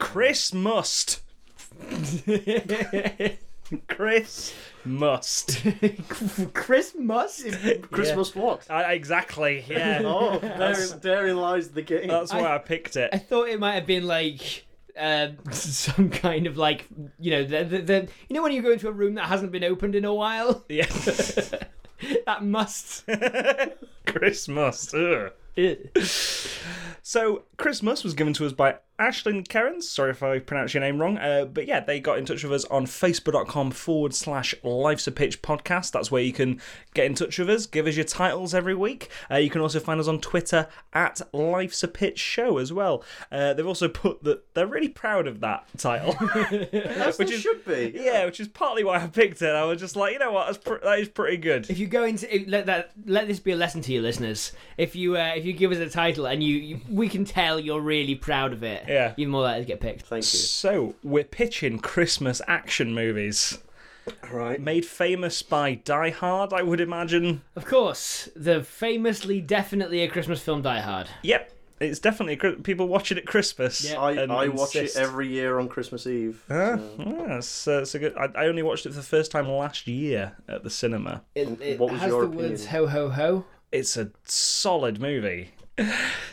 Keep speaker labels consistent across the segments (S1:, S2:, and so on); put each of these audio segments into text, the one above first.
S1: Chris Must. Chris Must.
S2: Christmas?
S3: Christmas what?
S1: I, Uh, exactly. Yeah.
S3: Oh, therein, therein lies the game.
S1: That's why I, picked it.
S4: I thought it might have been like uh, some kind of like you know the, the, the you know when you go into a room that hasn't been opened in a while
S1: yeah.
S4: that must
S1: Chris Must. Ugh.
S4: Ugh.
S1: So Chris Must was given to us by Ashlyn Kerrins. Sorry if I pronounce your name wrong. Uh, but yeah, they got in touch with us on facebook.com forward slash life's a pitch podcast. That's where you can get in touch with us, give us your titles every week. Uh, you can also find us on Twitter at life's a pitch show as well. Uh, they've also put that they're really proud of that title.
S3: That's
S1: which
S3: what
S1: is-
S3: should be.
S1: yeah, which is partly why I picked it. I was just like, you know what, that's pr- that is pretty good.
S4: if you go into if- let that let this be a lesson to your listeners if you uh, if you give us a title and you, you we can tell you're really proud of it
S1: Yeah.
S4: you're more likely to get picked
S3: Thank you.
S1: So we're pitching Christmas action movies
S3: Right.
S1: made famous by Die Hard, I would imagine.
S4: of course the famously definitely a Christmas film Die Hard
S1: Yep, it's definitely Chri- people watch it at Christmas.
S4: Yeah.
S3: I,
S1: and
S3: I watch it
S1: insist.
S3: every year on Christmas Eve. so-
S1: Yeah, it's, uh, it's a good. I, I only watched it for the first time last year at the cinema.
S4: it, it
S3: What was
S4: has
S3: your
S4: the
S3: opinion?
S4: words ho ho ho
S1: It's a solid movie.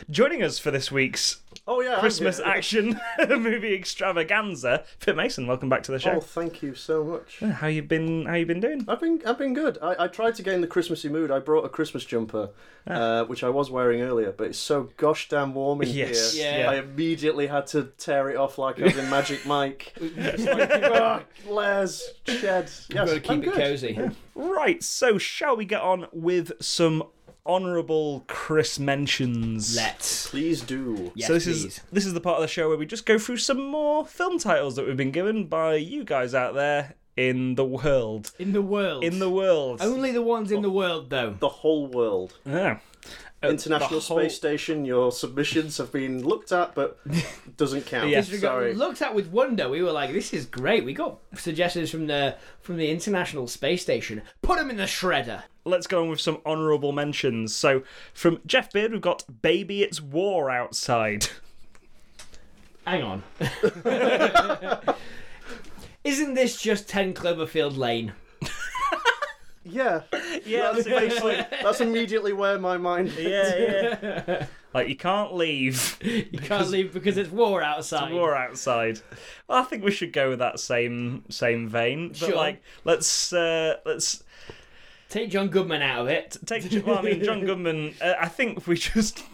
S1: Joining us for this week's
S3: Oh yeah. I'm
S1: Christmas
S3: here.
S1: action movie extravaganza, Fit Mason. Welcome back to the
S3: Oh,
S1: show.
S3: thank you so much.
S1: How you been? How you been doing?
S3: I've been I've been good. I, I tried to get in the Christmassy mood. I brought a Christmas jumper, uh, which I was wearing earlier, but it's so gosh damn warm in
S1: Yes,
S3: here.
S4: yeah.
S3: I immediately had to tear it off like I was in Magic Mike. It's like, oh, layers, shed. Yes,
S4: Got to keep
S3: I'm
S4: it
S3: good.
S4: cozy
S1: Right. So, shall we get on with some honourable Chris mentions?
S4: let's
S3: Please do.
S4: yes,
S1: so this
S4: please.
S1: is this is the part of the show where we just go through some more film titles that we've been given by you guys out there in the world.
S4: in the world
S1: In the world.
S4: only the ones in the world though
S3: The whole world.
S1: Yeah. Uh,
S3: International
S1: the whole-
S3: Space Station, your submissions have been looked at, but doesn't count.
S1: Yeah.
S4: We got
S3: Sorry.
S4: looked at with wonder. We were like, "This is great." We got suggestions from the from the International Space Station. Put them in the shredder.
S1: Let's go on with some honourable mentions. So from Jeff Beard, we've got "Baby, It's War Outside."
S4: Hang on. Isn't this just Ten Cloverfield Lane?
S3: Yeah,
S1: yeah, that's basically.
S3: that's immediately where my mind.
S1: Yeah, yeah. Like you can't leave.
S4: You can't leave because it's war outside.
S1: War outside. Well, I think we should go with that same same vein. But
S4: Sure.
S1: like, let's uh, let's
S4: Take John Goodman out of it.
S1: take well, I mean John Goodman. Uh, I think we just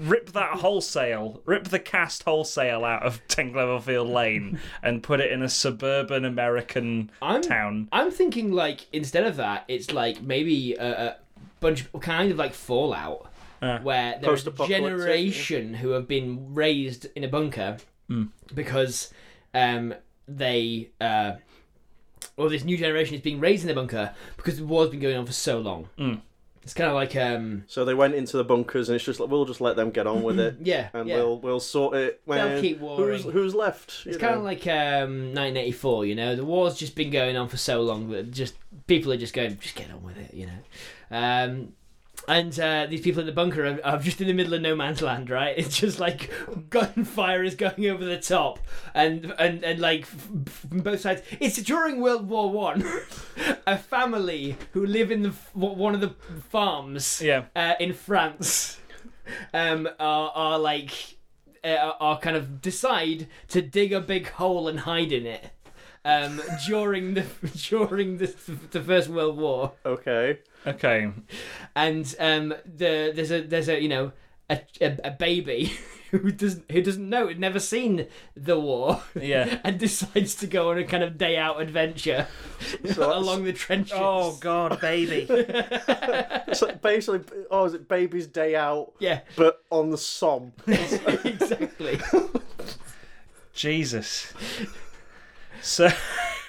S1: rip that wholesale, rip the cast wholesale out of Ten Cloverfield Lane and put it in a suburban American
S4: I'm-
S1: town.
S4: I'm thinking like instead of that, it's like maybe a, a bunch kind of like Fallout, where there's a
S3: Post-apocalyptic, yeah.
S4: generation who have been raised in a bunker because um, they uh, or this new generation is being raised in a bunker because the war's been going on for so long. It's kind of like um,
S3: So they went into the bunkers, and it's just like we'll just let them get on with it,
S4: yeah,
S3: and
S4: yeah.
S3: we'll we'll sort it when
S4: They'll keep warring.
S3: who's who's left. you
S4: It's kind
S3: know.
S4: of like um, 1984, you know. The war's just been going on for so long that just people are just going, just get on with it, you know. Um, and uh, these people in the bunker are, are just in the middle of no man's land, right? It's just like gunfire is going over the top, and and and like f- f- from both sides. It's during World War One. a family who live in the f- one of the farms
S1: Yeah.
S4: uh, in France um, are, are like uh, are kind of decide to dig a big hole and hide in it um, during the during the, the First World War,
S3: okay,
S1: Okay.
S4: and um, the there's a there's a you know a, a, a baby. Who doesn't who doesn't know had never seen the war
S1: Yeah.
S4: and decides to go on a kind of day out adventure
S3: that's-
S4: along the trenches.
S1: Oh God, baby.
S3: so basically, oh, is it baby's day out?
S4: yeah,
S3: But on the Somme.
S4: exactly.
S1: Jesus. So,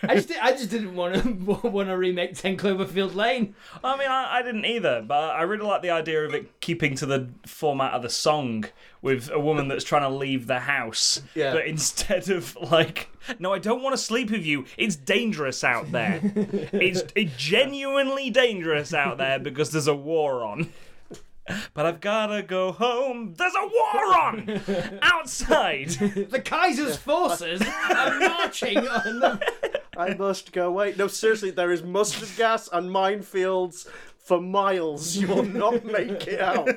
S4: I just, I just didn't want to want to remake Ten Cloverfield Lane.
S1: I mean, I, I didn't either, but I really like the idea of it keeping to the format of the song with a woman that's trying to leave the house.
S3: Yeah.
S1: But instead of like, no, I don't want to sleep with you. It's dangerous out there. it's it genuinely dangerous out there because there's a war on. But I've gotta go home. There's a war on outside.
S4: The Kaiser's forces are marching on the
S3: I must go away. No, seriously, there is mustard gas and minefields for miles. You will not make it out.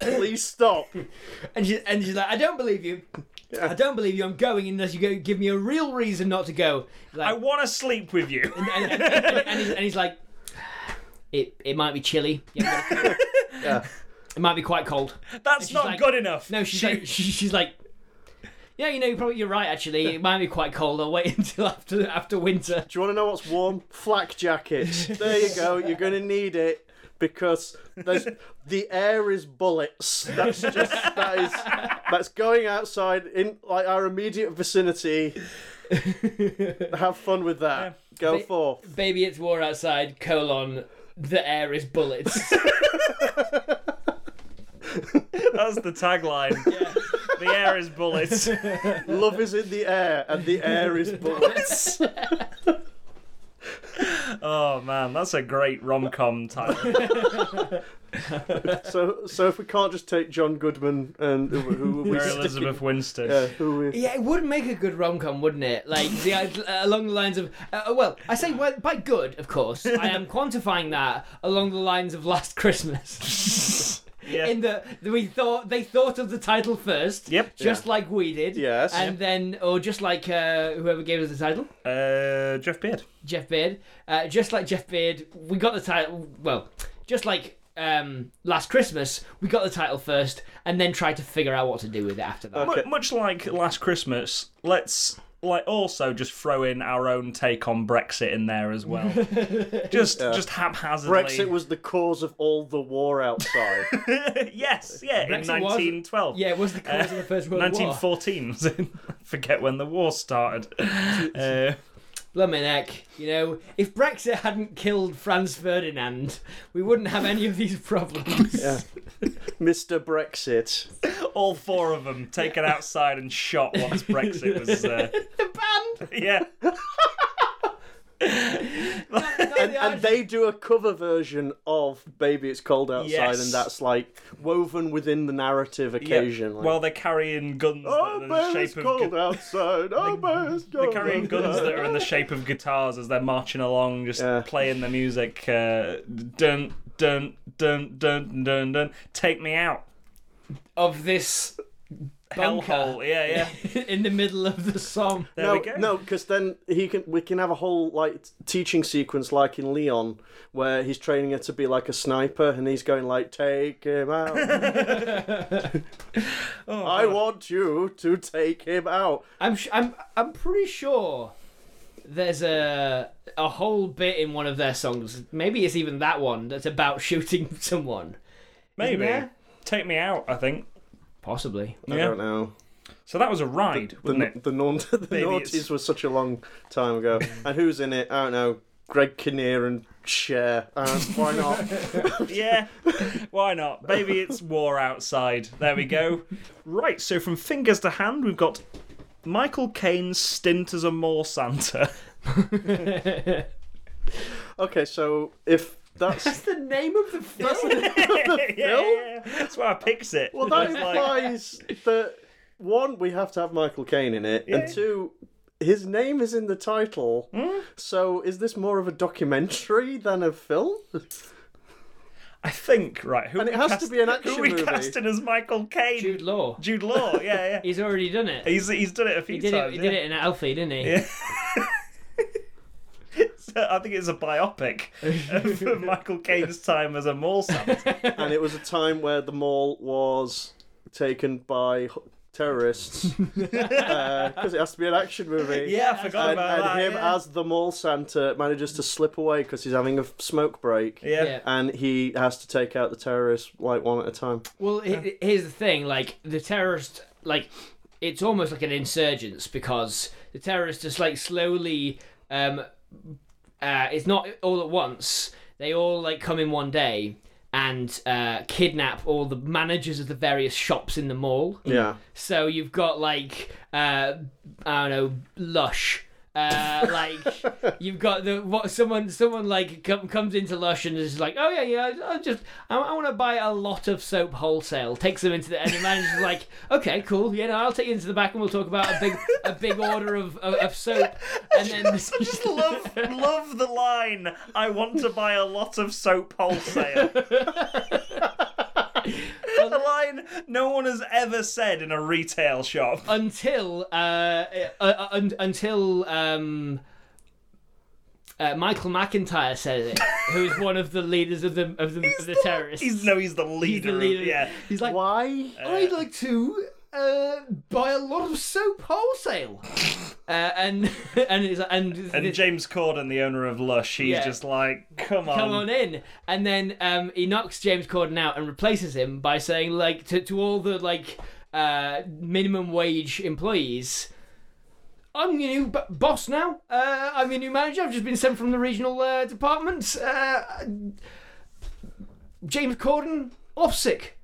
S3: Please stop.
S4: And, she, and she's like, I don't believe you. I don't believe you. I'm going unless you go give me a real reason not to go. Like,
S1: I want to sleep with you.
S4: and, and, and he's, and he's like, it, it might be chilly. Yeah, I'm gonna-
S3: Yeah.
S4: It might be quite cold.
S1: That's
S4: she's
S1: not
S4: like-
S1: good enough.
S4: No, she's
S1: She-
S4: like, she, she's like, yeah, you know, you're probably you're right. Actually, it might be quite cold. I'll wait until after after winter.
S3: Do you want to know what's warm? Flak jackets. There you go. You're going to need it because there's, the air is bullets. That's just that is that's going outside in like our immediate vicinity. Have fun with that. Go
S4: Ba-
S3: forth.
S4: Baby, it's war outside. Colon. The air is bullets.
S1: That's the tagline. The air is bullets.
S3: Love is in the air, and the air is bullets.
S1: Oh man, that's a great rom com title.
S3: So, so if we can't just take John Goodman and who, who are we?
S1: Mary Elizabeth Winstead.
S3: Yeah, who are we?
S4: Yeah, it would make a good rom com, wouldn't it? Like the uh, along the lines of uh, well, I say well, by good, of course. I am quantifying that along the lines of Last Christmas.
S1: Yeah.
S4: In the we thought they thought of the title first.
S1: Yep.
S4: Just like we did.
S3: Yes.
S4: And then, or just like uh, whoever gave us the title,
S1: Uh, Jeff Beard.
S4: Jeff Beard. Uh, just like Jeff Beard, we got the title. Well, just like. Um, last Christmas, we got the title first, and then tried to figure out what to do with it after that.
S1: Mu- much like last Christmas, let's like also just throw in our own take on Brexit in there as well. just just haphazardly.
S3: Brexit was the cause of all the war outside.
S1: yes, yeah, in
S4: Brexit was-
S1: 1912.
S4: Yeah, it was the cause of the First World War.
S1: 1914 was in- forget when the war started. Uh,
S4: Blimmin' heck, you know, if Brexit hadn't killed Franz Ferdinand, we wouldn't have any of these problems.
S3: Yeah. Mr. Brexit.
S1: all four of them taken outside and shot once Brexit was. Uh,
S4: The band!
S1: yeah,
S3: and, and they do a cover version of "Baby It's Cold Outside,"
S1: Yes.
S3: and that's like woven within the narrative occasion. like,
S1: Well, they're carrying guns
S3: oh,
S1: that are in the
S3: baby, it's
S1: shape of.
S3: cold
S1: gu-
S3: outside. Oh, baby, it's
S1: They're
S3: cold
S1: carrying guns
S3: outside.
S1: that are in the shape of guitars as they're marching along, just
S3: Yeah.
S1: playing the music. Uh, dun dun dun dun dun dun. Take me out,
S4: Of this bunker
S1: hellhole. Yeah, yeah.
S4: in the middle of the Somme.
S1: There
S3: no,
S1: we go.
S3: no, because then he can. We can have a whole like t- teaching sequence, like in Leon, where he's training her to be like a sniper, and he's going like, "Take him out.
S1: Oh,
S3: I want you to take him out."
S4: I'm, sh- I'm, I'm pretty sure there's a a whole bit in one of their songs. Maybe it's even that one that's about shooting someone.
S1: maybe
S4: there?
S1: take me out. I think.
S4: Possibly.
S3: I
S1: Yeah.
S3: don't know.
S1: So that was a ride,
S3: The
S1: wasn't
S3: the,
S1: it?
S3: the, non- the
S1: Baby,
S3: noughties
S1: it's-
S3: was such a long time ago. and who's in it? I don't know. Greg Kinnear and Cher. Uh, why not?
S1: yeah. Why not? Maybe it's war outside. There we go. Right. So from fingers to hand, we've got Michael Caine's stint as a mall Santa.
S3: okay, so if that's
S4: That's the name of the film.
S1: yeah, yeah, yeah. That's why I picked it.
S3: well, that
S1: It's like-
S3: implies that one, we have to have Michael Caine in it, and two. His name is in the title,
S1: Hmm?
S3: so is this more of a documentary than a film?
S1: I think right. Who
S3: And it
S1: we
S3: has
S1: cast-
S3: to be an action
S1: Who we
S3: movie.
S1: casting as Michael Caine?
S4: Jude
S1: Jude,
S4: Law.
S1: Law. Yeah, yeah.
S4: He's already done it.
S1: he's he's done it a few
S4: He did it.
S1: times.
S4: He did it in Alfie, didn't he?
S1: yeah. I think it's a biopic of Michael Caine's time as a mall Santa.
S3: and it was a time where the mall was taken by h- terrorists because it has to be an action movie.
S1: Yeah, I forgot
S3: and,
S1: about
S3: and
S1: that.
S3: him
S1: yeah.
S3: as the mall Santa manages to slip away because he's having a f- smoke break.
S1: yeah.
S4: Yeah.
S3: And he has to take out the terrorists like one at a time.
S4: Well, he- here's the thing: like the terrorist, like it's almost like an insurgence because the terrorists just like slowly. Um, uh, it's not all at once. They all like come in one day and uh, kidnap all the managers of the various shops in the mall.
S1: Hmm.
S3: Yeah.
S4: So you've got like uh, I don't know, Lush. Uh, like you've got the what someone someone like com- comes into Lush and is like, oh yeah yeah, I, I just I, I want to buy a lot of soap wholesale. Takes them into the and the manager's like, okay cool, yeah no, I'll take you into the back and we'll talk about a big a big order of of, of soap. And then
S1: I just love love the line. I want to buy a lot of soap wholesale. a line no one has ever said in a retail shop.
S4: until uh, uh, uh, un- until um, uh, Michael McIntyre says it, who is one of the leaders of the of the, of the terrorists.
S1: He's no, he's the
S4: He's
S1: leader.
S4: the
S1: of-
S4: leader.
S1: yeah.
S4: He's like,
S3: Why?
S1: Uh,
S4: I'd like to uh, buy a lot of soap wholesale, uh, and and it's like, and,
S1: And James Corden, the owner of Lush, he's
S4: Yeah.
S1: just like, come on.
S4: come on in. And then um, he knocks James Corden out and replaces him by saying, like, to, to all the like uh, minimum wage employees, I'm your new b- boss now. Uh, I'm your new manager. I've just been sent from the regional uh, department. Uh, James Corden off sick.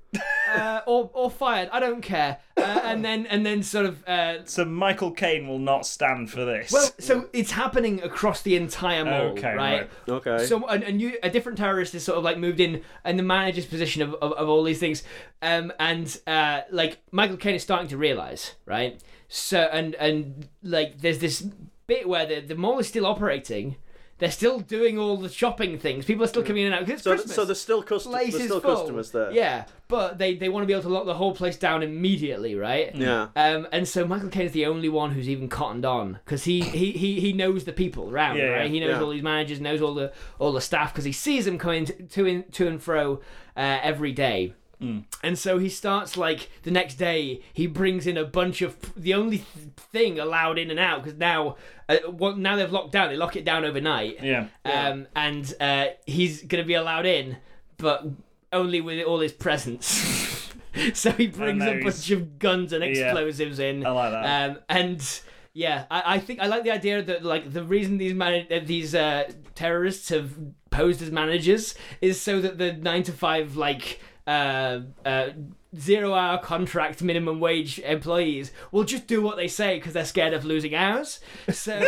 S4: uh, or, or fired, I don't care. Uh, and then and then sort of uh,
S1: So Michael Caine will not stand for this.
S4: well, so it's happening across the entire mall,
S1: Okay, right.
S4: right?
S3: Okay.
S4: So a, a new, a different terrorist is sort of like moved in, and the manager's position of, of, of all these things, um, and uh, like Michael Caine is starting to realize, right? So and and like there's this bit where the, the mall is still operating, they're still doing all the shopping things, people are still coming in and out. 'cause it's
S3: Mm. so,
S4: Christmas
S3: so there's still, cust-
S4: place
S3: there's
S4: is
S3: still
S4: full.
S3: customers there.
S4: Yeah, but they, they want to be able to lock the whole place down immediately, right?
S3: Yeah.
S1: Uh-huh.
S4: Um, and so Michael Caine is the only one who's even cottoned on because he, he, he, he knows the people around,
S1: Yeah,
S4: right?
S1: yeah,
S4: he knows
S3: yeah.
S4: all these managers, knows all the all the staff because he sees them coming to to, in, to and fro uh, every day.
S1: Hmm.
S4: And so he starts like the next day. He brings in a bunch of the only th- thing allowed in and out because now, uh, well, now they've locked down. They lock it down overnight.
S1: yeah.
S4: Um, and uh, he's going to be allowed in, but only with all his presents. so he brings a
S1: those-
S4: bunch of guns and explosives in.
S1: I like that.
S4: Um, and yeah, I, I think I like the idea that like the reason these man- uh, these uh, terrorists have posed as managers is so that the nine to five like uh, uh, zero hour contract minimum wage employees will just do what they say because they're scared of losing hours. So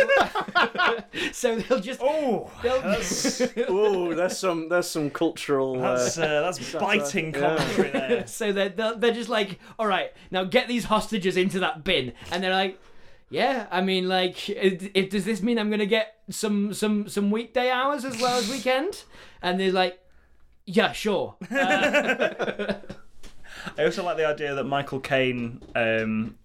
S4: so they'll just
S1: oh,
S4: they'll-
S1: that's
S3: Ooh, there's some there's some cultural. Uh,
S1: that's, uh, that's biting
S3: yeah.
S1: commentary there.
S4: So they're, they're they're just like, all right, now get these hostages into that bin, and they're like, yeah, I mean, like, it, it, does this mean I'm gonna get some some some weekday hours as well as weekend? And they're like, yeah, sure. Uh,
S1: I also like the idea that Michael Caine um,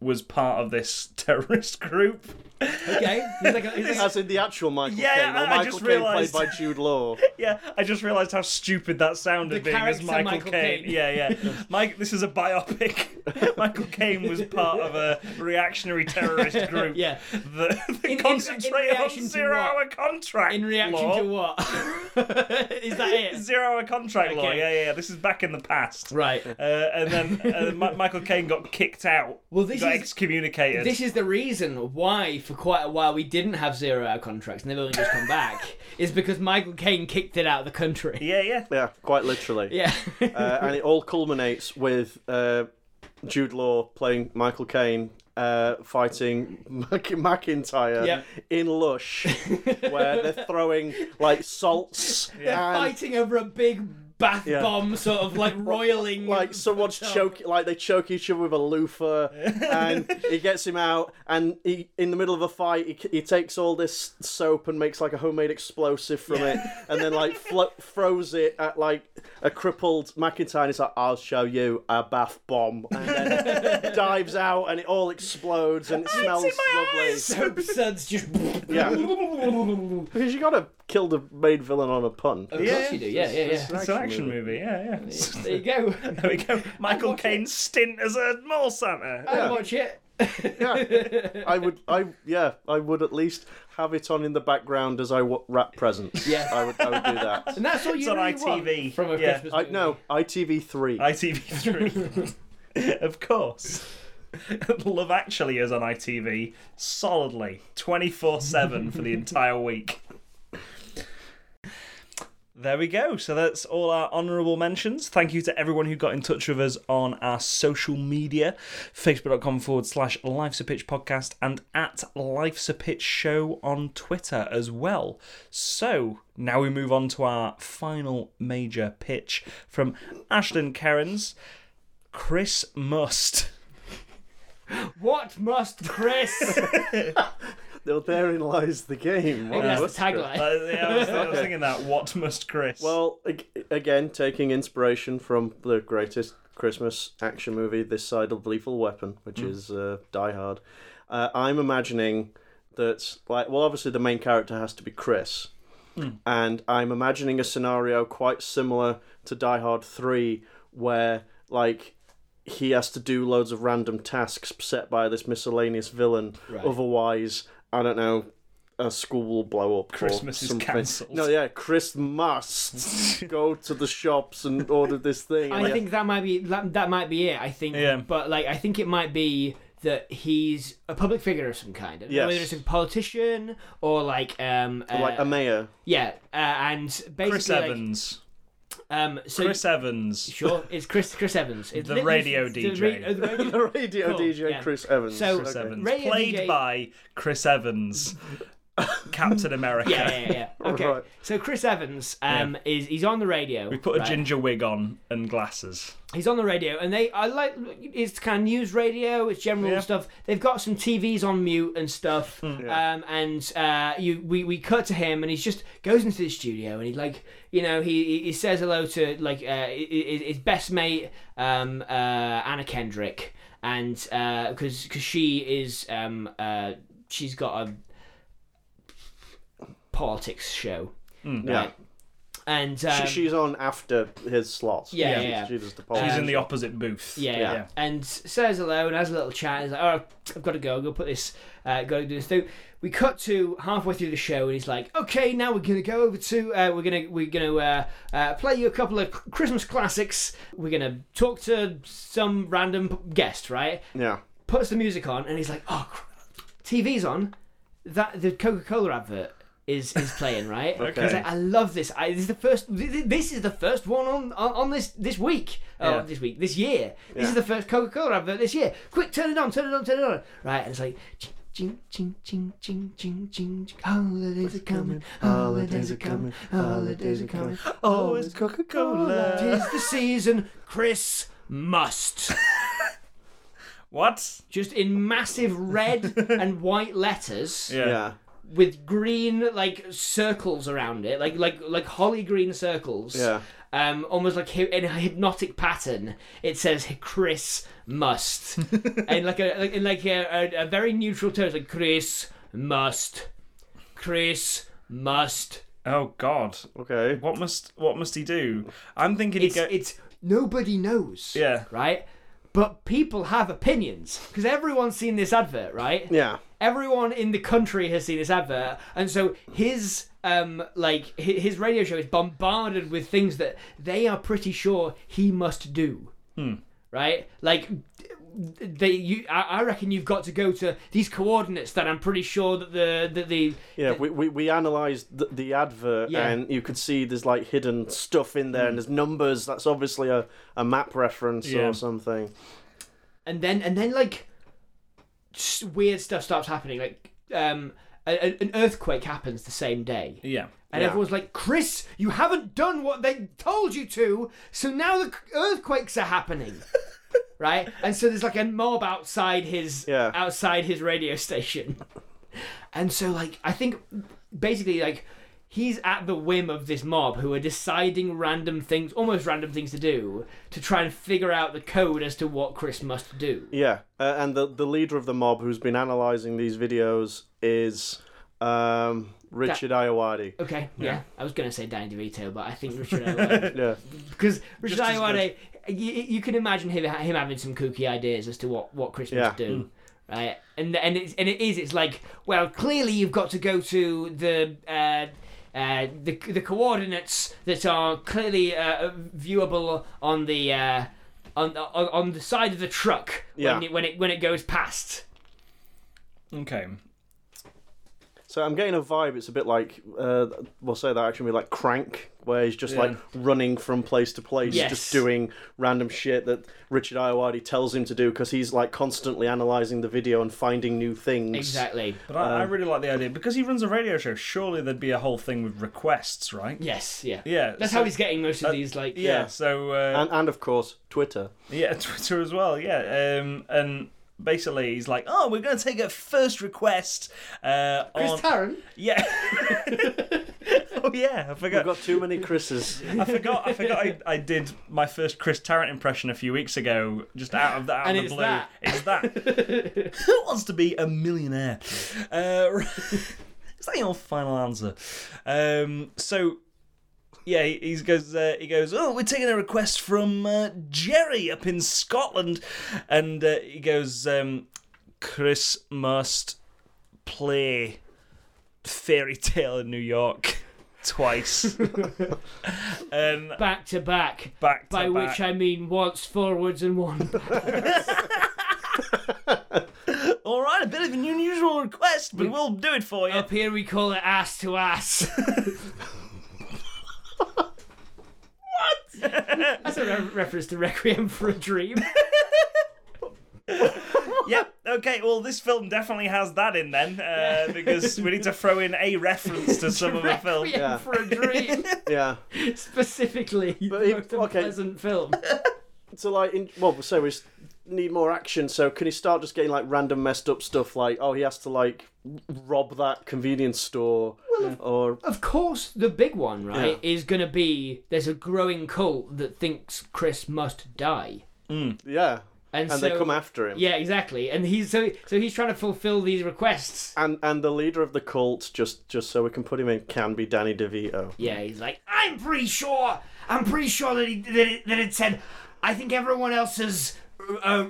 S1: was part of this terrorist group.
S4: okay. He's like, a- he's like
S3: as in the actual Michael
S1: Yeah,
S3: Caine,
S1: I-
S3: or
S1: I
S3: Michael
S1: just
S3: Caine
S1: realised.
S3: played by Jude Law.
S1: Yeah, I just realised how stupid that sounded
S4: The
S1: being as
S4: character
S1: Michael,
S4: Michael
S1: Caine.
S4: Caine.
S1: Yeah, yeah. Mike, this is a biopic. Michael Caine was part of a reactionary terrorist group.
S4: Yeah.
S1: that, that
S4: In- in- in
S1: concentrated on
S4: reaction to
S1: zero-hour contract
S4: a- in reaction
S1: law.
S4: to what? Is that it?
S1: Zero-hour contract law.
S4: Okay.
S1: Yeah, yeah, yeah. This is back in the past.
S4: Right.
S1: Uh, and then uh, Mi- Michael Caine got kicked out.
S4: Well, this
S1: got
S4: is-
S1: excommunicated.
S4: This is the reason why, for quite a while, we didn't have zero-hour contracts, and they've only just come back. is because Michael Caine kicked it out of the country.
S1: Yeah, yeah.
S3: Yeah, quite literally.
S4: Yeah.
S3: uh, and it all culminates with uh, Jude Law playing Michael Caine uh, fighting Mac- McIntyre
S4: Yep.
S3: in Lush, where they're throwing like salts and
S4: fighting over a big bath
S3: Yeah.
S4: bomb, sort of like roiling.
S3: like someone's choke, like they choke each other with a loofah, and he gets him out, and he in the middle of a fight, he, he takes all this soap and makes like a homemade explosive from it, and then like flo- throws it at like a crippled McIntyre. And he's like, "I'll show you a bath bomb," and then dives out, and it all explodes, and it smells lovely.
S4: Soap suds just.
S3: Yeah.
S4: of
S3: Because you gotta kill the main villain on a pun.
S1: Yeah,
S4: course you do. Yeah, yeah, yeah.
S1: It's an action movie. Yeah, yeah.
S4: There you go.
S1: There we go. Michael
S4: watch it.
S1: Caine's stint as a mall Santa.
S4: I watch it.
S3: Yeah, I would. I yeah, I would at least have it on in the background as I w- wrap presents.
S4: Yeah.
S3: I would. I would do that.
S4: And that's all you
S1: It's on
S4: really
S1: ITV.
S4: want from a
S1: Yeah.
S4: Christmas
S3: I
S4: movie.
S3: no ITV three.
S1: ITV3. of course. Love Actually is on ITV solidly, 24 7 for the entire week. There we go. So that's all our honourable mentions. Thank you to everyone who got in touch with us on our social media facebook.com forward slash Life's a Pitch podcast and at Life's a Pitch show on Twitter as well. So now we move on to our final major pitch from Ashlyn Kerrans Chris Must.
S4: What must Chris?
S3: Well, therein lies the game.
S4: Maybe
S3: What
S4: that's
S3: was
S4: the
S3: it?
S4: tagline.
S1: Uh, yeah, I was, I was thinking that. What must Chris?
S3: Well, ag- again, taking inspiration from the greatest Christmas action movie this side of Lethal Weapon, which
S1: Hmm.
S3: is uh, Die Hard, uh, I'm imagining that, like, well, obviously the main character has to be Chris.
S1: Hmm.
S3: And I'm imagining a scenario quite similar to Die Hard 3, where, like, he has to do loads of random tasks set by this miscellaneous villain. Otherwise, I don't know, a school will blow up. or
S1: Christmas is
S3: something.
S1: cancelled.
S3: No, yeah, Chris must go to the shops and order this thing.
S4: I
S3: Like,
S4: think that might be that, that might be it. I think,
S1: Yeah.
S4: but like I think it might be that he's a public figure of some kind. I don't know
S3: Yes.
S4: whether it's a politician or like um uh,
S3: like a mayor.
S4: yeah, uh, and basically
S1: Chris
S4: like,
S1: Evans.
S4: um so
S1: Chris Evans.
S4: sure it's Chris Chris Evans it's
S1: The
S4: literally-
S1: radio
S4: it's
S1: DJ.
S4: oh, the radio-
S3: The radio
S4: Cool,
S3: DJ
S4: yeah.
S3: Chris Evans.
S4: So-
S1: Chris
S4: Okay.
S1: Evans.
S4: Radio
S1: Played
S4: DJ.
S1: by Chris Evans. Captain America.
S4: yeah, yeah, yeah, yeah. Okay.
S3: Right.
S4: So Chris Evans um, is he's on the radio.
S1: We put a
S4: right?
S1: ginger wig on and glasses.
S4: He's on the radio, and they I like it's kind of news radio, it's general
S1: Yeah.
S4: stuff. They've got some TVs on mute and stuff,
S3: Hmm.
S4: um, and uh, you we, we cut to him, and he's just goes into the studio, and he like you know he he- he says hello to like uh, hi- hi- his best mate um, uh, Anna Kendrick, and because because she is um, uh, she's got a politics show,
S3: Hmm. yeah.
S4: right? and um,
S3: she, she's on after his slot.
S4: Yeah, yeah,
S3: She-
S4: yeah.
S3: She does the
S1: She's
S3: polls.
S1: in the opposite booth.
S4: Yeah,
S3: Yeah.
S4: yeah. And says hello and has a little chat. He's like, "Oh, I've got to go. I'll go put this. Uh, got to do this thing." We cut to halfway through the show, and he's like, "Okay, now we're gonna go over to. Uh, we're gonna we're gonna uh, uh, play you a couple of Christmas classics. We're gonna talk to some random p- guest, right?"
S3: Yeah.
S4: Puts the music on, and he's like, "Oh, cr- TV's on. That the Coca Cola advert." Is, is playing right?
S3: Okay.
S4: He's like, I love this. I, this is the first. th- th- This is the first one on on, on this this week. Oh,
S3: Yeah.
S4: this week, this year. This is
S3: Yeah.
S4: the first Coca Cola advert this year. Quick, turn it on, turn it on, turn it on. Right, and it's like. ching, Ching, ching, ching, ching, ching, ching, ching. Holidays are coming, holidays are coming, holidays are coming. Oh, it's
S3: Coca
S4: Tis the season, Chris must.
S1: What?
S4: Just in massive red and white letters
S1: Yeah.
S3: Yeah.
S4: with green like circles around it, like like like holly green circles.
S3: Yeah.
S4: Um, almost like hy- in a hypnotic pattern. It says Chris must, and like a like, in like a, a, a very neutral tone, it's like Chris must, Chris must.
S1: Oh God.
S3: Okay.
S1: What must What must he do? I'm thinking he
S4: It's
S1: go.
S4: it's nobody knows.
S1: Yeah.
S4: Right. But people have opinions because everyone's seen this advert, right?
S3: Yeah.
S4: everyone in the country has seen this advert and so his um like hi- his radio show is bombarded with things that they are pretty sure he must do right like they you I, I reckon you've got to go to these coordinates that i'm pretty sure that the that the
S3: Yeah, we, we, we analysed the, the advert
S4: Yeah. Mm.
S3: and you could see there's like hidden stuff in there and there's numbers. That's obviously a, a map reference
S1: Yeah.
S3: or something.
S4: and then and then like s- weird stuff starts happening like um a, a- an earthquake happens the same day
S1: Yeah.
S4: And
S3: Yeah.
S4: everyone's like, Chris, you haven't done what they told you to, so now the c- earthquakes are happening. right? And so there's like a mob outside his
S3: Yeah.
S4: outside his radio station. And so like I think basically like he's at the whim of this mob who are deciding random things, almost random things to do, to try and figure out the code as to what Chris must do.
S3: Yeah, uh, and the the leader of the mob who's been analysing these videos is um, Richard Iowati.
S4: Okay, yeah. I was going to say Danny DeVito, but I think Richard Elway
S3: Yeah,
S4: Because Richard
S1: as
S4: Ayoade, you, you can imagine him, him having some kooky ideas as to what what Christmas
S3: Yeah.
S4: do,
S1: Mm.
S4: right? And and it's and it is it's like well clearly you've got to go to the. Uh, uh, the the coordinates that are clearly uh, viewable on the uh, on on, on the side of the truck when
S3: Yeah.
S4: it when it when it goes past.
S1: Okay.
S3: So I'm getting a vibe. It's a bit like uh, we'll say that action be like Crank, where he's just like running from place to place,
S4: Yes.
S3: just doing random shit that Richard Iowati tells him to do because he's like constantly analyzing the video and finding new things.
S4: Exactly.
S1: But I, I really like the idea because he runs a radio show. Surely there'd be a whole thing with requests, right?
S4: Yes. Yeah.
S1: Yeah,
S4: That's
S1: so-
S4: how he's getting most of
S1: uh,
S4: these. Like.
S1: Yeah.
S3: Yeah.
S1: So uh,
S3: And, and of course, Twitter.
S1: yeah, Twitter as well. Yeah. Um, and basically, he's like, "Oh, we're going to take a first request." Uh, on
S4: Taran.
S1: yeah. oh yeah, I
S3: We've
S1: forgot.
S3: got too many Chris's.
S1: I forgot. I forgot. I, I did my first Chris Tarrant impression a few weeks ago, just out of the out
S4: And
S1: of the
S4: it's
S1: blue. It's
S4: that.
S1: that. Who wants to be a millionaire? Uh, is that your final answer? Um, so. Yeah, he, he goes. Uh, he goes. Oh, we're taking a request from uh, Jerry up in Scotland, and uh, he goes. Um, Chris must play fairy tale in New York twice. and
S4: Back to back.
S1: back to
S4: By
S1: back.
S4: which I mean once forwards and one.
S1: All right, a bit of an unusual request, but we'll do it for you.
S4: Up here we call it ass to ass. what? That's a re- reference to Requiem for a Dream.
S1: yep. Okay. Well, this film definitely has that in then, uh, because we need to throw in a reference to some of the film.
S4: Requiem
S3: Yeah.
S4: for a Dream,
S3: Yeah.
S4: specifically.
S3: But he-
S4: most
S3: okay.
S4: unpleasant film.
S3: So like, in, well, so we s- need more action. So can he start just getting like random messed up stuff? Like, oh, he has to like rob that convenience store, or
S4: Of course, the big one, right, is going to be there's a growing cult that thinks Chris must die.
S3: yeah,
S4: And,
S3: and
S4: so,
S3: they come after him.
S4: Yeah, exactly. And he's so so he's trying to fulfill these requests.
S3: and and the leader of the cult just just so we can put him in can be Danny DeVito.
S4: Yeah, he's like, I'm pretty sure, I'm pretty sure that he that it, that it said, I think everyone else's uh,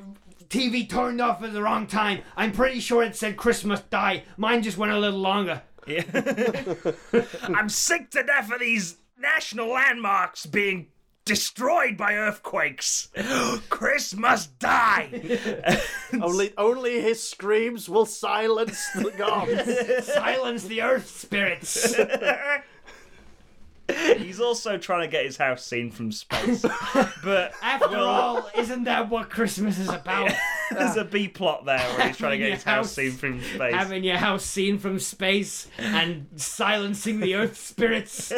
S4: TV turned off at the wrong time. I'm pretty sure it said Christmas die. Mine just went a little longer.
S1: I'm sick to death of these national landmarks being destroyed by earthquakes. Chris must die.
S3: Only only his screams will silence the gods.
S4: Silence the earth spirits.
S1: He's also trying to get his house seen from space, but
S4: After all, isn't that what Christmas is about?
S1: there's a B plot there where he's trying to get his
S4: Having your
S1: house seen
S4: house-
S1: from space.
S4: Having your house seen from space and silencing the earth spirits.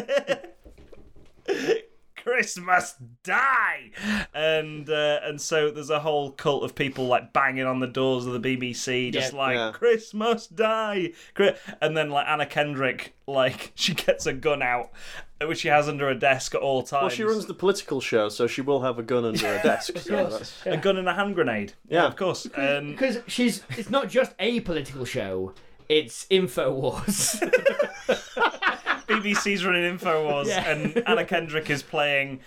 S1: Chris must die, and uh, and so there's a whole cult of people like banging on the doors of the BBC, just
S4: Yeah.
S1: like
S3: Yeah.
S1: Chris must die, Chri-" and then like Anna Kendrick, like she gets a gun out, which she has under a desk at all times.
S3: well, she runs the political show, so she will have a gun under her desk. So that's,
S1: a gun and a hand grenade. Yeah,
S3: Yeah.
S1: of course. Um,
S4: Because she's it's not just a political show, it's InfoWars.
S1: BBC's running Infowars,
S4: Yeah.
S1: and Anna Kendrick is playing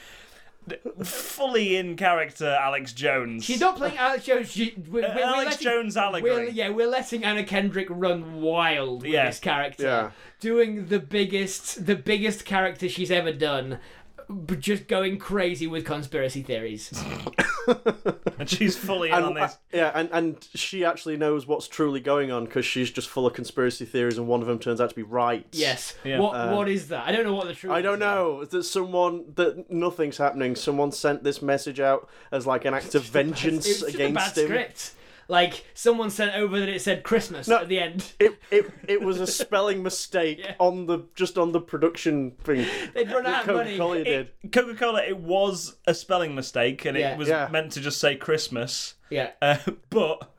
S1: fully in character Alex Jones.
S4: She's not playing Alex Jones. She, we're, we're- we're
S1: Uh, Alex
S4: letting-
S1: Jones allegory.
S4: We're, yeah, we're letting Anna Kendrick run wild with
S1: Yeah.
S4: this character,
S3: Yeah.
S4: doing the biggest, the biggest character she's ever done, but just going crazy with conspiracy theories.
S1: and she's fully in on
S3: and,
S1: this.
S3: yeah, and and she actually knows what's truly going on because she's just full of conspiracy theories, and one of them turns out to be right.
S4: Yes. what What is that? I don't know what the truth.
S3: Uh, I don't
S4: is.
S3: know that someone that nothing's happening. Someone sent this message out as like an act of
S4: It was
S3: vengeance
S4: such a bad
S3: against him.
S4: script. Like someone sent over that it said Christmas
S3: No.
S4: at the end.
S3: It, it it was a spelling mistake on the just on the production thing.
S4: They'd run out of money.
S3: Coca-Cola did.
S1: Coca Cola, it was a spelling mistake and
S4: Yeah.
S1: it was
S3: Yeah.
S1: meant to just say Christmas,
S4: Yeah.
S1: uh, but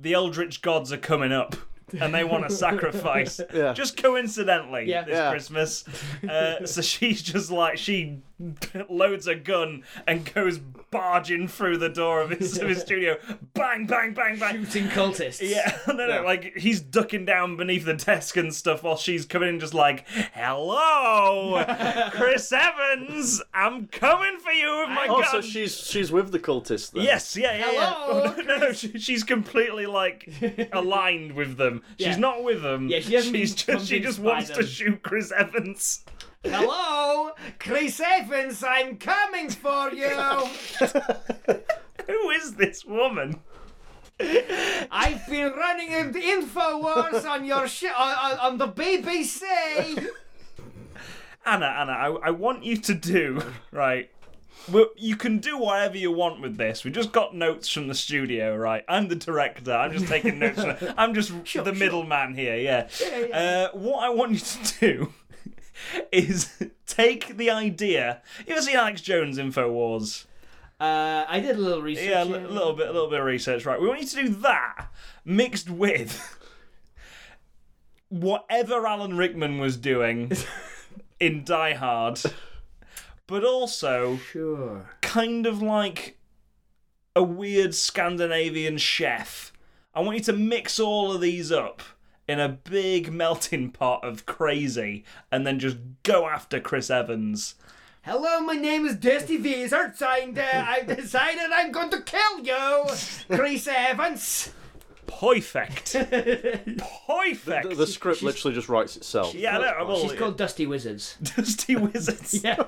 S1: the Eldritch gods are coming up and they want a sacrifice.
S3: Yeah.
S1: Just coincidentally,
S4: Yeah.
S1: this
S3: Yeah.
S1: Christmas. Uh, so she's just like, she loads a gun and goes barging through the door of his, of his studio. Bang, bang, bang, bang.
S4: Shooting cultists.
S1: Yeah, no, no,
S3: Yeah.
S1: like he's ducking down beneath the desk and stuff while she's coming in, just like, "Hello, Chris Evans, I'm coming for you with my
S3: Oh, so
S1: gun."
S3: she's she's with the cultist then.
S1: Yes, yeah, yeah, yeah.
S4: Hello,
S1: no, no, she, she's completely like aligned with them. She's
S4: Yeah.
S1: not with them.
S4: Yeah, she hasn't
S1: she's
S4: been
S1: just she just
S4: convinced by
S1: wants to
S4: them.
S1: shoot Chris Evans.
S4: Hello, Chris Evans, I'm coming for you.
S1: Who is this woman?
S4: I've been running an info wars on your sh- on, on- on the BBC.
S1: Anna, Anna, I, I want you to do, right? Well, you can do whatever you want with this. We just got notes from the studio, right? I'm the director. I'm just taking notes. From, I'm just the middleman here, yeah. Uh, what I want you to do is take the idea. You ever seen Alex Jones Infowars?
S4: Uh, I did a little research.
S1: Yeah, a li- little bit, a little bit of research, right? We want you to do that mixed with whatever Alan Rickman was doing in Die Hard, but also
S4: Sure.
S1: kind of like a weird Scandinavian chef. I want you to mix all of these up in a big melting pot of crazy, and then just go after Chris Evans.
S4: Hello, my name is Dusty Vizard, and uh, I've decided I'm going to kill you, Chris Evans.
S1: Perfect. Perfect.
S3: The, the script literally just writes itself.
S1: yeah, I know. I'm all
S4: She's called Dusty Wizards.
S1: Dusty Wizards.
S4: Yeah.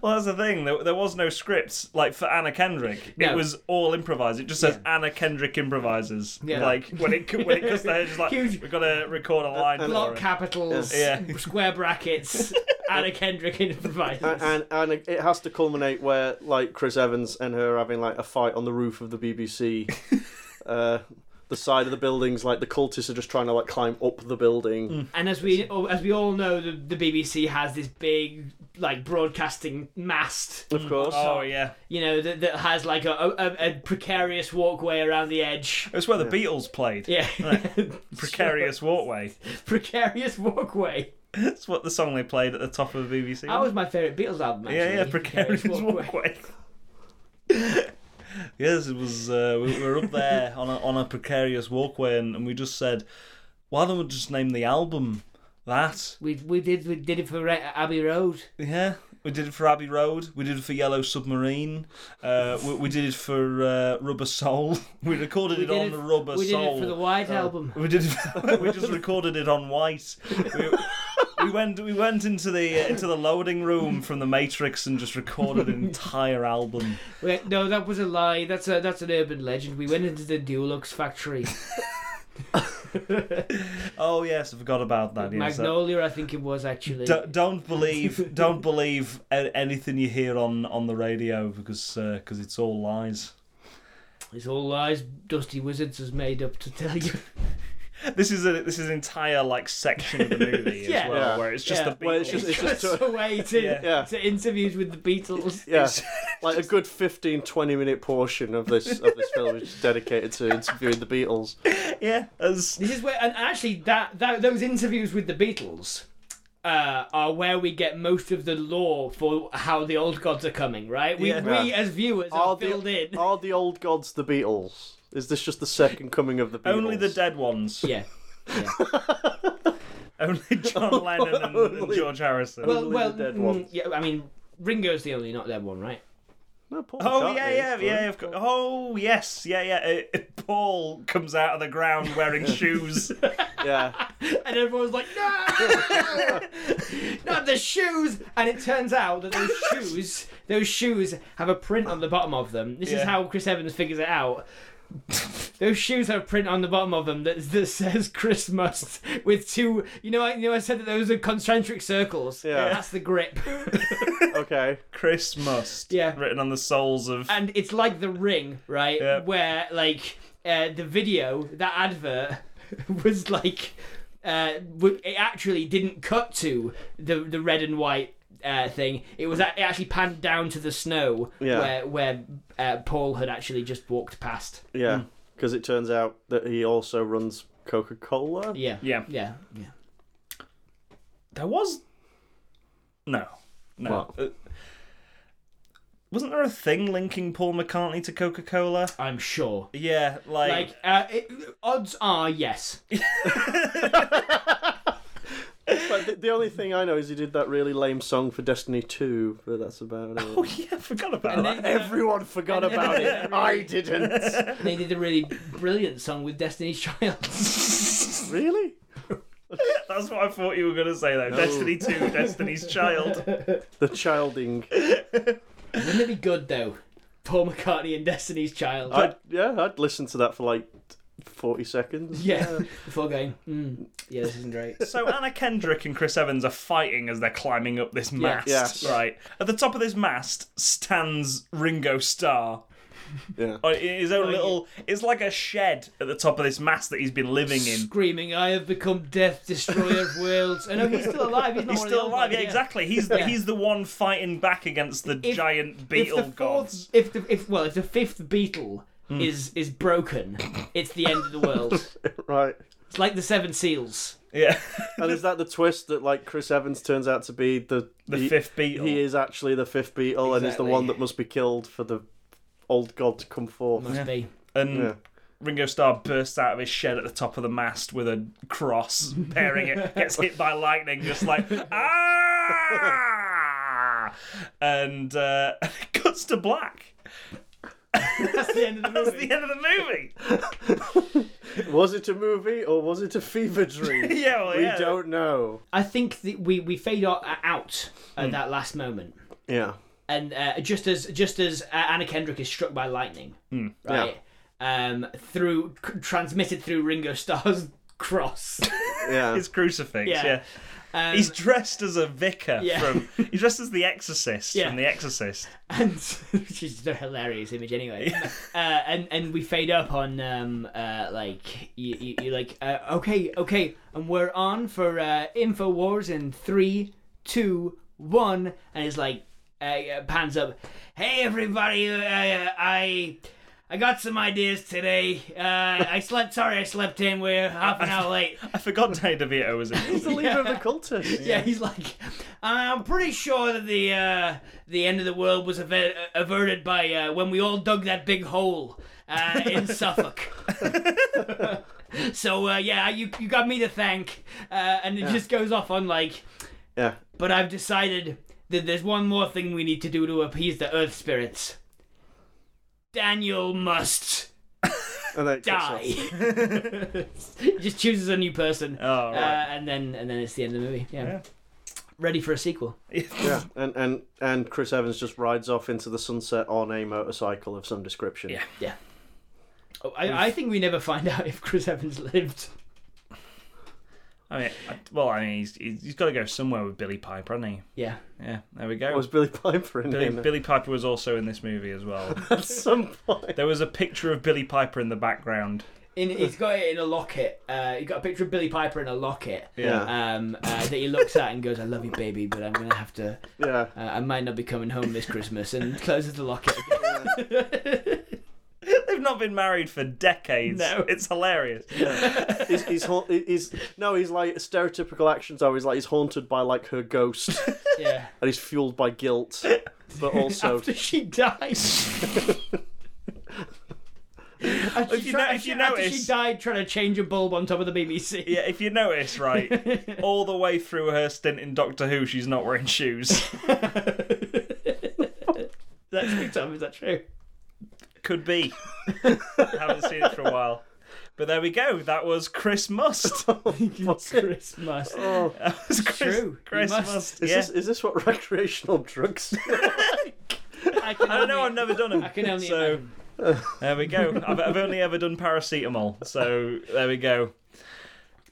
S1: Well, that's the thing. There, there was no scripts like for Anna Kendrick. It
S4: No.
S1: was all improvised. It just says Anna Kendrick improvises.
S4: Yeah.
S1: Like when it when it comes there, it's just like
S4: Huge-
S1: we've got to record a line. for
S4: Block
S1: it."
S4: capitals,
S1: Yeah.
S4: square brackets, Anna Kendrick improvises.
S3: And, and and it has to culminate where like Chris Evans and her having like a fight on the roof of the BBC, uh, the side of the buildings. Like the cultists are just trying to like climb up the building.
S4: And as we oh, as we all know, the, the BBC has this big like broadcasting mast,
S3: Of course.
S1: Oh yeah,
S4: you know, that, that has like a, a, a precarious walkway around the edge.
S1: it's where the Beatles played.
S4: Yeah,
S1: Precarious walkway.
S4: precarious walkway.
S1: That's what the song they played at the top of the BBC.
S4: That was my favorite Beatles album. Actually.
S1: yeah, yeah, precarious walkway. yes, it was. Uh, we were up there on a, on a precarious walkway, and, and we just said, "Why don't we just name the album that?"
S4: We, we did we did it for Re- Abbey Road.
S1: Yeah, we did it for Abbey Road. We did it for Yellow Submarine. Uh, we, we did it for uh, Rubber Soul. We recorded
S4: We
S1: it
S4: did
S1: on
S4: it-
S1: the Rubber
S4: we
S1: Soul. Oh.
S4: did it for the White album.
S1: We did. it- we just recorded it on white. We, we went. We went into the uh, into the loading room from the Matrix and just recorded an entire album.
S4: Wait, no, that was a lie. That's a that's an urban legend. We went into the Dulux factory,
S1: Oh yes, I forgot about that. Yes, that-
S4: Magnolia, I think it was actually.
S1: D- don't believe. Don't believe a- anything you hear on on the radio because because it's all lies.
S4: It's all lies. Dusty Wizards has made up to tell you.
S1: This is a this is an entire like section of the movie as
S4: Yeah.
S1: well,
S3: Yeah.
S1: where it's just
S4: Yeah.
S1: the Beatles.
S3: Well, it's just-
S4: It's just a way to,
S1: Yeah.
S3: Yeah.
S4: to interviews with the Beatles.
S3: Yeah, like a good 15, 20 minute portion of this of this film is dedicated to interviewing the Beatles.
S1: yeah, as
S4: This is where, and actually, that, that those interviews with the Beatles uh, are where we get most of the lore for how the old gods are coming. Right? We,
S1: Yeah.
S4: we as viewers are, filled
S3: the,
S4: in.
S3: are the old gods the Beatles? Is this just the second coming of the Beatles?
S1: only the dead ones,
S4: yeah.
S1: only John Lennon and, and George Harrison.
S4: Well, well,
S3: dead
S4: mm,
S3: ones.
S4: yeah. I mean, Ringo's the only not dead one, right?
S3: No, Paul
S1: Oh
S3: McCartney
S1: yeah,
S3: is
S1: yeah,
S3: the-
S1: yeah. Of course. Oh yes, yeah, yeah. Uh, Paul comes out of the ground wearing shoes.
S3: yeah.
S4: And everyone's like, no, not the shoes. And it turns out that those shoes, those shoes have a print on the bottom of them. This
S1: Yeah.
S4: is how Chris Evans figures it out. those shoes have a print on the bottom of them that, that says Christmas with two. You know, I, you know, I said that those are concentric circles.
S3: Yeah.
S4: that's the grip.
S3: Okay.
S1: Chris must.
S4: Yeah.
S1: Written on the soles of.
S4: and it's like the ring, right?
S1: Yeah.
S4: Where like uh, the video, that advert was like uh, w- it actually didn't cut to the the red and white uh, thing. It was a- it actually panned down to the snow
S3: Yeah.
S4: where where uh, Paul had actually just walked past.
S3: Yeah. Because it turns out that he also runs Coca Cola.
S4: Yeah.
S1: yeah.
S4: Yeah. Yeah.
S1: There was. No. No.
S3: What?
S1: Uh, wasn't there a thing linking Paul McCartney to Coca Cola?
S4: I'm sure.
S1: Yeah,
S4: Like uh, it, odds are yes.
S3: But the, the only thing I know is he did that really lame song for Destiny 2, but that's about it.
S1: Oh yeah, I forgot about that.
S3: Everyone forgot
S4: And then-
S3: about it. I didn't.
S4: They did a really brilliant song with Destiny's Child.
S3: really?
S1: That's what I thought you were going to say though. Destiny 2, Destiny's Child.
S3: The childing.
S4: Wouldn't it be good though Paul McCartney and Destiny's Child.
S3: I'd, yeah, I'd listen to that for like forty seconds.
S4: yeah, before going, mm, yeah, this isn't great.
S1: So Anna Kendrick and Chris Evans are fighting as they're climbing up this mast,
S3: Yes.
S1: right? At the top of this mast stands Ringo Starr.
S3: Yeah.
S1: Uh, in His own little, it's like a shed at the top of this mast that he's been living in.
S4: Screaming, I have become death, destroyer of worlds. Oh no, he's still alive. He's, not
S1: He's
S4: one
S1: still
S4: of the old
S1: alive,
S4: ones,
S1: yeah, exactly. He's the, he's the one fighting back against the
S4: If-
S1: giant
S4: If
S1: beetle
S4: the
S1: gods.
S4: fourth, if the if well, if the fifth beetle is is broken, it's the end of the world.
S3: Right.
S4: It's like the Seven Seals.
S1: Yeah,
S3: And is that the twist that like Chris Evans turns out to be the
S1: the
S3: he-
S1: fifth beetle.
S3: He is actually the fifth beetle and is the
S4: Exactly.
S3: one that must be killed for the old god to come forth.
S4: Must be.
S1: and
S3: Yeah.
S1: Ringo Starr bursts out of his shed at the top of the mast with a cross, pairing it, gets hit by lightning, just like ah, and uh, cuts to black.
S4: That's the end of the
S1: That's
S4: movie.
S1: the end of the movie.
S3: Was it a movie or was it a fever dream?
S1: Yeah, well,
S3: we
S1: yeah.
S3: don't know.
S4: I think that we we fade o- out at that last moment.
S3: Yeah.
S4: and uh, just as just as uh, Anna Kendrick is struck by lightning, right? Um, through c- transmitted through Ringo Starr's cross.
S3: Yeah.
S1: His crucifix. Yeah.
S4: Yeah. Um,
S1: He's dressed as a vicar
S4: Yeah.
S1: from. He's dressed as the Exorcist
S4: Yeah.
S1: from The Exorcist.
S4: and which is a hilarious image anyway. uh, and and we fade up on um uh like you you, you like uh, okay okay and we're on for uh, info wars in three two one and it's like uh, uh, pans up. Hey everybody, uh, I. I got some ideas today. Uh, I slept. Sorry, I slept in. We're half an hour late.
S1: I forgot Danny DeVito was in.
S3: He's
S1: it.
S3: the leader of the cultists.
S4: Yeah, he's like, I'm pretty sure that the uh, the end of the world was aver- averted by uh, when we all dug that big hole uh, in Suffolk. so uh, yeah, you you got me to thank, uh, and it just goes off on like,
S3: Yeah.
S4: but I've decided that there's one more thing we need to do to appease the Earth spirits. Daniel must
S3: And then it cuts off.
S4: die. He just chooses a new person,
S1: Oh,
S4: uh,
S1: right.
S4: and then and then it's the end of the movie.
S1: Yeah.
S4: yeah. Ready for a sequel.
S3: Yeah, and, and and Chris Evans just rides off into the sunset on a motorcycle of some description.
S1: Yeah.
S4: Oh, I, I think we never find out if Chris Evans lived.
S1: I mean, I- well, I mean, he's he's, he's got to go somewhere with Billy Piper, hasn't he?
S4: Yeah.
S1: Yeah, there we go.
S3: Was Billy Piper in
S1: Billy,
S3: there
S1: Billy Piper was also in this movie as well.
S3: at some point?
S1: There was a picture of Billy Piper in the background.
S4: In, he's got it in a locket. Uh, he got a picture of Billy Piper in a locket.
S3: Yeah,
S4: Um, uh, that he looks at and goes, "I love you, baby, but I'm gonna have to.
S3: yeah.
S4: Uh, I might not be coming home this Christmas." And closes the locket.
S1: They've not been married for decades.
S4: No.
S1: It's hilarious.
S3: He's, he's, haun- he's no, he's like stereotypical actions. Always like he's haunted by like her ghost, and
S4: yeah.
S3: he's fueled by guilt, but also
S4: After she dies. After
S1: If you
S4: try-
S1: no- if you
S4: after
S1: notice-
S4: she died trying to change a bulb on top of the BBC.
S1: Yeah, if you notice, right, all the way through her stint in Doctor Who, she's not wearing shoes.
S4: That's true, Tom. Is that true?
S1: Could be. Haven't seen it for a while. But there we go. That was Chris Must. That
S4: Christmas.
S3: oh,
S1: was Chris,
S4: true. You
S1: Chris
S4: must.
S1: Must.
S3: is
S1: yeah.
S3: this is this what recreational drugs?
S4: I, can
S1: I don't know.
S4: only-
S1: I've never done them.
S4: I can only
S1: so
S4: imagine.
S1: there we go. I've, I've only ever done paracetamol. So there we go.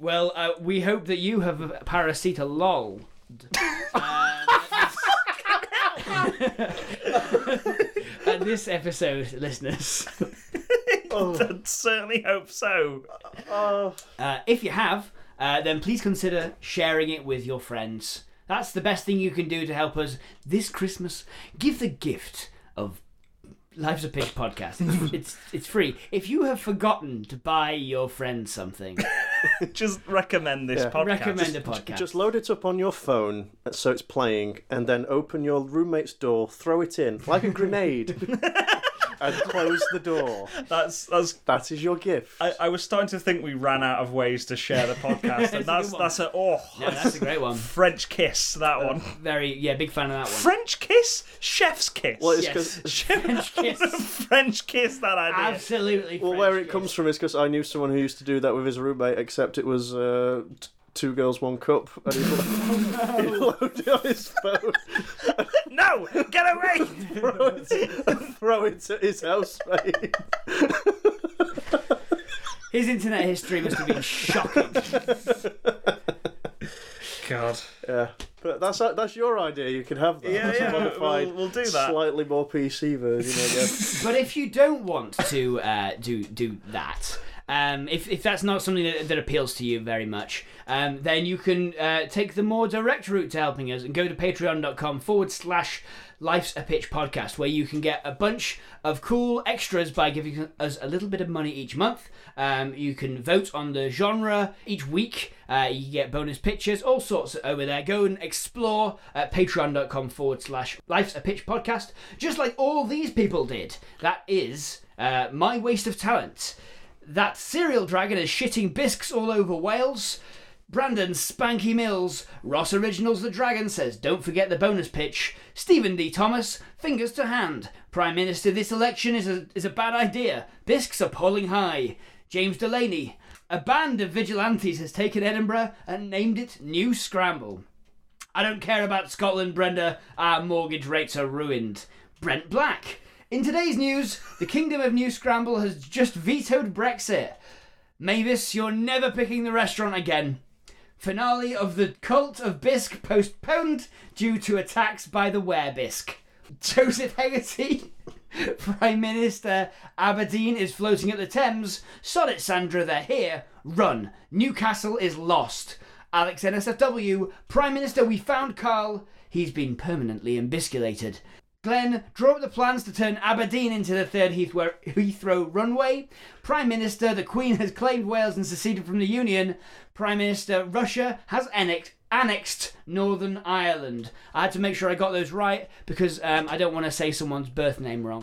S4: Well, uh, we hope that you have paracetalol. Uh, and this episode, listeners, Oh.
S1: I certainly hope so.
S3: Oh,
S4: uh, if you have, uh, then please consider sharing it with your friends. That's the best thing you can do to help us this Christmas. Give the gift of Life's a Pitch podcast. It's, it's it's free. If you have forgotten to buy your friends something,
S1: Just recommend this
S3: Yeah.
S1: podcast.
S4: recommend a podcast.
S3: just load it up on your phone uh, so it's playing, and then open your roommate's door, throw it in like a grenade, and close the door.
S1: That's that's
S3: That is your gift.
S1: I, I was starting to think we ran out of ways to share the podcast, and
S4: a
S1: that's
S4: good one.
S1: that's a oh
S4: No, that's a great one.
S1: French kiss that one.
S4: Very yeah, big fan of that one.
S1: French kiss, chef's kiss.
S3: Well, it's
S4: Yes.
S3: 'cause-
S1: French
S4: kiss.
S1: French kiss. That idea.
S4: Absolutely.
S3: Well,
S4: French
S3: where it
S4: kiss.
S3: comes from is because I knew someone who used to do that with his roommate, except it was uh, t- two girls, one cup, and he, lo- he loaded on his phone,
S1: No, get away!
S3: throw it, throw it to his housemate.
S4: His internet history must have been shocking.
S1: God.
S3: Yeah, but that's that's your idea. You can have that.
S1: Yeah,
S3: That's a
S1: yeah,
S3: modified,
S1: we'll- we'll do that.
S3: Slightly more PC version, I guess.
S4: But if you don't want to uh, do do that, um, if, if that's not something that, that appeals to you very much, um, then you can uh, take the more direct route to helping us and go to patreon.com forward slash life's a pitch podcast where you can get a bunch of cool extras by giving us a little bit of money each month um, you can vote on the genre each week uh, you get bonus pictures all sorts over there go and explore at patreon.com forward slash life's a pitch podcast just like all these people did that is uh, my waste of talent that cereal dragon is shitting bisques all over Wales. Brandon Spanky Mills, Ross Originals the Dragon says, don't forget the bonus pitch. Stephen D. Thomas, fingers to hand. Prime Minister, this election is a, is a bad idea. Bisques are polling high. James Delaney, a band of vigilantes has taken Edinburgh and named it New Scramble. I don't care about Scotland, Brenda. Our mortgage rates are ruined. Brent Black. In today's news, the Kingdom of New Scramble has just vetoed Brexit. Mavis, you're never picking the restaurant again. Finale of the Cult of Bisque postponed due to attacks by the Werebisque. Joseph Hegarty, Prime Minister, Aberdeen is floating at the Thames. Sod it, Sandra, they're here. Run. Newcastle is lost. Alex NSFW, Prime Minister, we found Carl. He's been permanently embisculated. Glenn, draw up the plans to turn Aberdeen into the third Heathrow, Heathrow runway. Prime Minister, the Queen has claimed Wales and seceded from the Union. Prime Minister, Russia has annexed, annexed Northern Ireland. I had to make sure I got those right because um, I don't want to say someone's birth name wrong.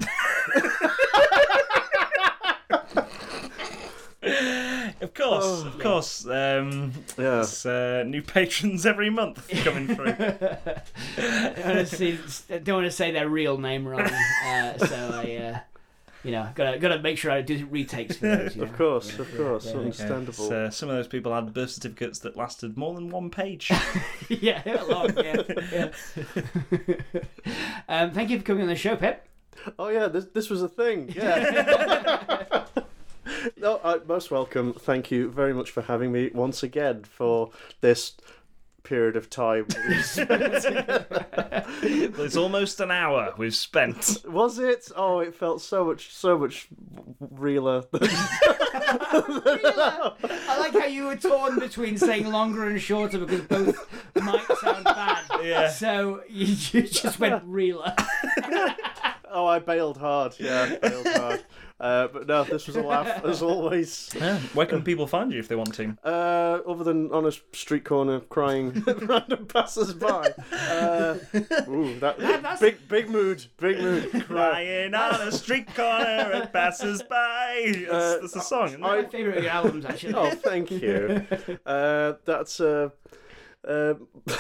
S1: Of course,
S3: Oh,
S1: of course. Um,
S3: Yeah.
S1: it's, uh, new patrons every month coming through.
S4: Honestly, I don't want to say their real name wrong. Uh, so I, uh, you know, gotta gotta make sure I do retakes for those. You know?
S3: Of course, of course,
S1: Yeah, it's,
S3: understandable.
S1: uh, some of those people had birth certificates that lasted more than one page.
S4: yeah, they were long, yeah. yeah. um, thank you for coming on the show, Pip.
S3: Oh yeah, this this was a thing. Yeah. no, I, most welcome. Thank you very much for having me once again for this period of time.
S1: it's almost an hour we've spent.
S3: was it? Oh, it felt so much so much realer.
S4: I like how you were torn between saying longer and shorter because both might sound bad.
S1: Yeah.
S4: So you, you just went realer.
S3: oh, I bailed hard. Yeah, I bailed hard. Uh, but no, this was a laugh as always.
S1: Yeah. Where can people find you if they want to?
S3: Uh, other than on a street corner crying at random passers-by. Uh, ooh, that, big big mood, big mood.
S1: Crying on a street corner and passes by. That's,
S3: Uh,
S1: that's a song. Isn't
S3: I-
S1: it?
S4: My favourite of your albums, actually.
S3: Oh, thank you. Uh, that's uh, um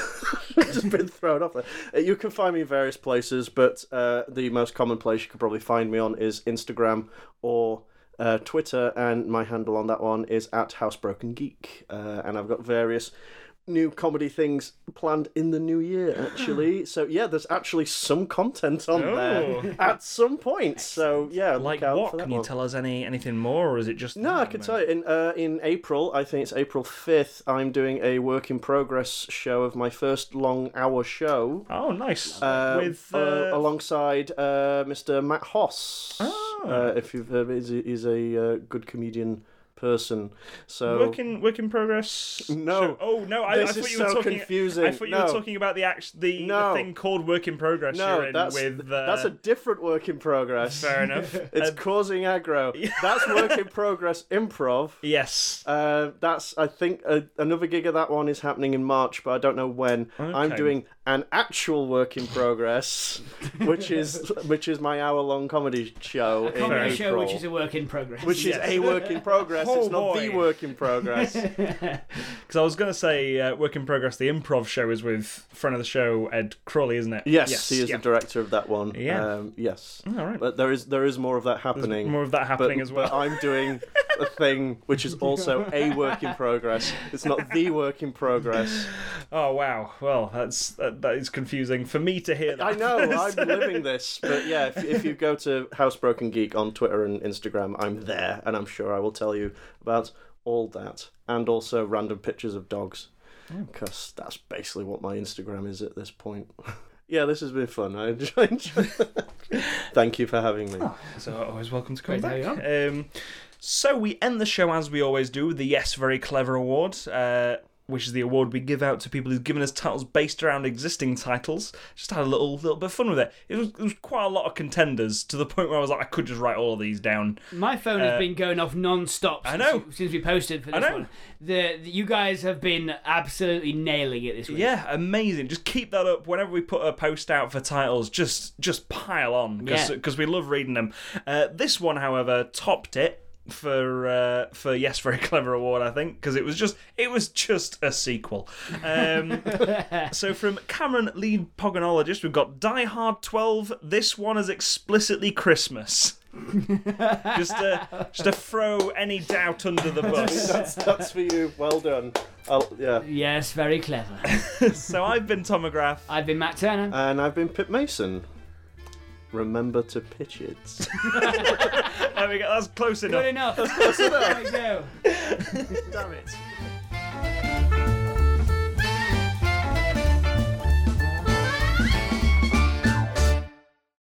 S3: just been thrown off there. Uh, You can find me in various places, but uh, the most common place you could probably find me on is Instagram or uh, Twitter, and my handle on that one is at Housebroken Geek, uh, and I've got various. New comedy things planned in the new year, actually. So yeah, there's actually some content on
S1: Oh.
S3: there at some point. So yeah,
S1: Like
S3: look out
S1: what?
S3: For that
S1: Can you
S3: one.
S1: tell us any anything more, or is it just?
S3: No, I can tell you. In uh, in April, I think it's April fifth. I'm doing a work in progress show of my first long hour show.
S1: Oh, nice.
S3: Uh,
S1: With
S3: uh,
S1: uh,
S3: alongside uh, Mr. Matt Hoss,
S1: Ah.
S3: uh, if you've heard, he's a, he's a uh, good comedian person. So
S1: work in work in progress.
S3: No.
S1: show- Oh no! I, I
S3: This
S1: thought
S3: is
S1: you were
S3: so
S1: talking.
S3: confusing.
S1: I thought you
S3: No.
S1: were talking about the act, the, the
S3: No.
S1: thing called work in progress. you're
S3: no,
S1: in
S3: that's
S1: with uh,
S3: that's a different work in progress.
S1: fair enough.
S3: It's
S1: Uh,
S3: causing aggro. That's work in progress improv.
S1: yes.
S3: Uh, that's I think uh, another gig of that one is happening in March, but I don't know when. I'm
S1: Okay.
S3: doing an actual work in progress, which is which is my hour long comedy show in
S4: Comedy
S3: April,
S4: show, which is a work in progress.
S3: Which is
S1: Yes.
S3: a work in progress.
S1: Oh,
S3: it's not the
S1: boy.
S3: work in progress.
S1: Because I was going to say, uh, Work in Progress, the improv show is with friend of the show, Ed Crawley, isn't it?
S3: Yes, he is
S1: yeah.
S3: the director of that one.
S1: Yeah.
S3: Um, yes.
S1: All right.
S3: But there is there is more of that happening.
S1: more of that
S3: but,
S1: happening as well.
S3: But I'm doing a thing which is also a work in progress. It's not the work in progress.
S1: Oh wow. Well, that's that, that is confusing for me to hear. That.
S3: I know, I'm living this. But yeah, if, if you go to Housebroken Geek on Twitter and Instagram, I'm there and I'm sure I will tell you about all that and also random pictures of dogs. Because that's basically what my Instagram is at this point. yeah, this has been fun. I enjoy, enjoy Thank you for having me.
S1: So always welcome to come
S4: Great to
S1: back.
S4: have
S1: Um, so we end the show as we always do with the Yes Very Clever Award. Uh, which is the award we give out to people who've given us titles based around existing titles. Just had a little little bit of fun with it. It was, it was quite a lot of contenders to the point where I was like, I could just write all of these down.
S4: My phone
S1: Uh,
S4: has been going off non-stop
S1: I
S4: since,
S1: know.
S4: since we posted for
S1: I
S4: this
S1: know.
S4: one. The, the- you guys have been absolutely nailing it this week.
S1: Yeah, amazing. Just keep that up. Whenever we put a post out for titles, just just pile on because
S4: Yeah.
S1: we love reading them. Uh, this one, however, topped it for uh, for yes very clever award i think because it was just it was just a sequel um so from cameron lead pogonologist we've got die hard 12 this one is explicitly christmas just to just to throw any doubt under the bus
S3: That's, that's for you. Well done. I'll, yeah.
S4: Yes, very clever.
S1: so i've been tomograph
S4: I've been Matt
S1: Uh,
S4: Turner.
S3: And I've been Pip Mason. Remember to pitch it.
S1: there we go that's close enough
S4: Good enough. There we go.
S3: Damn it.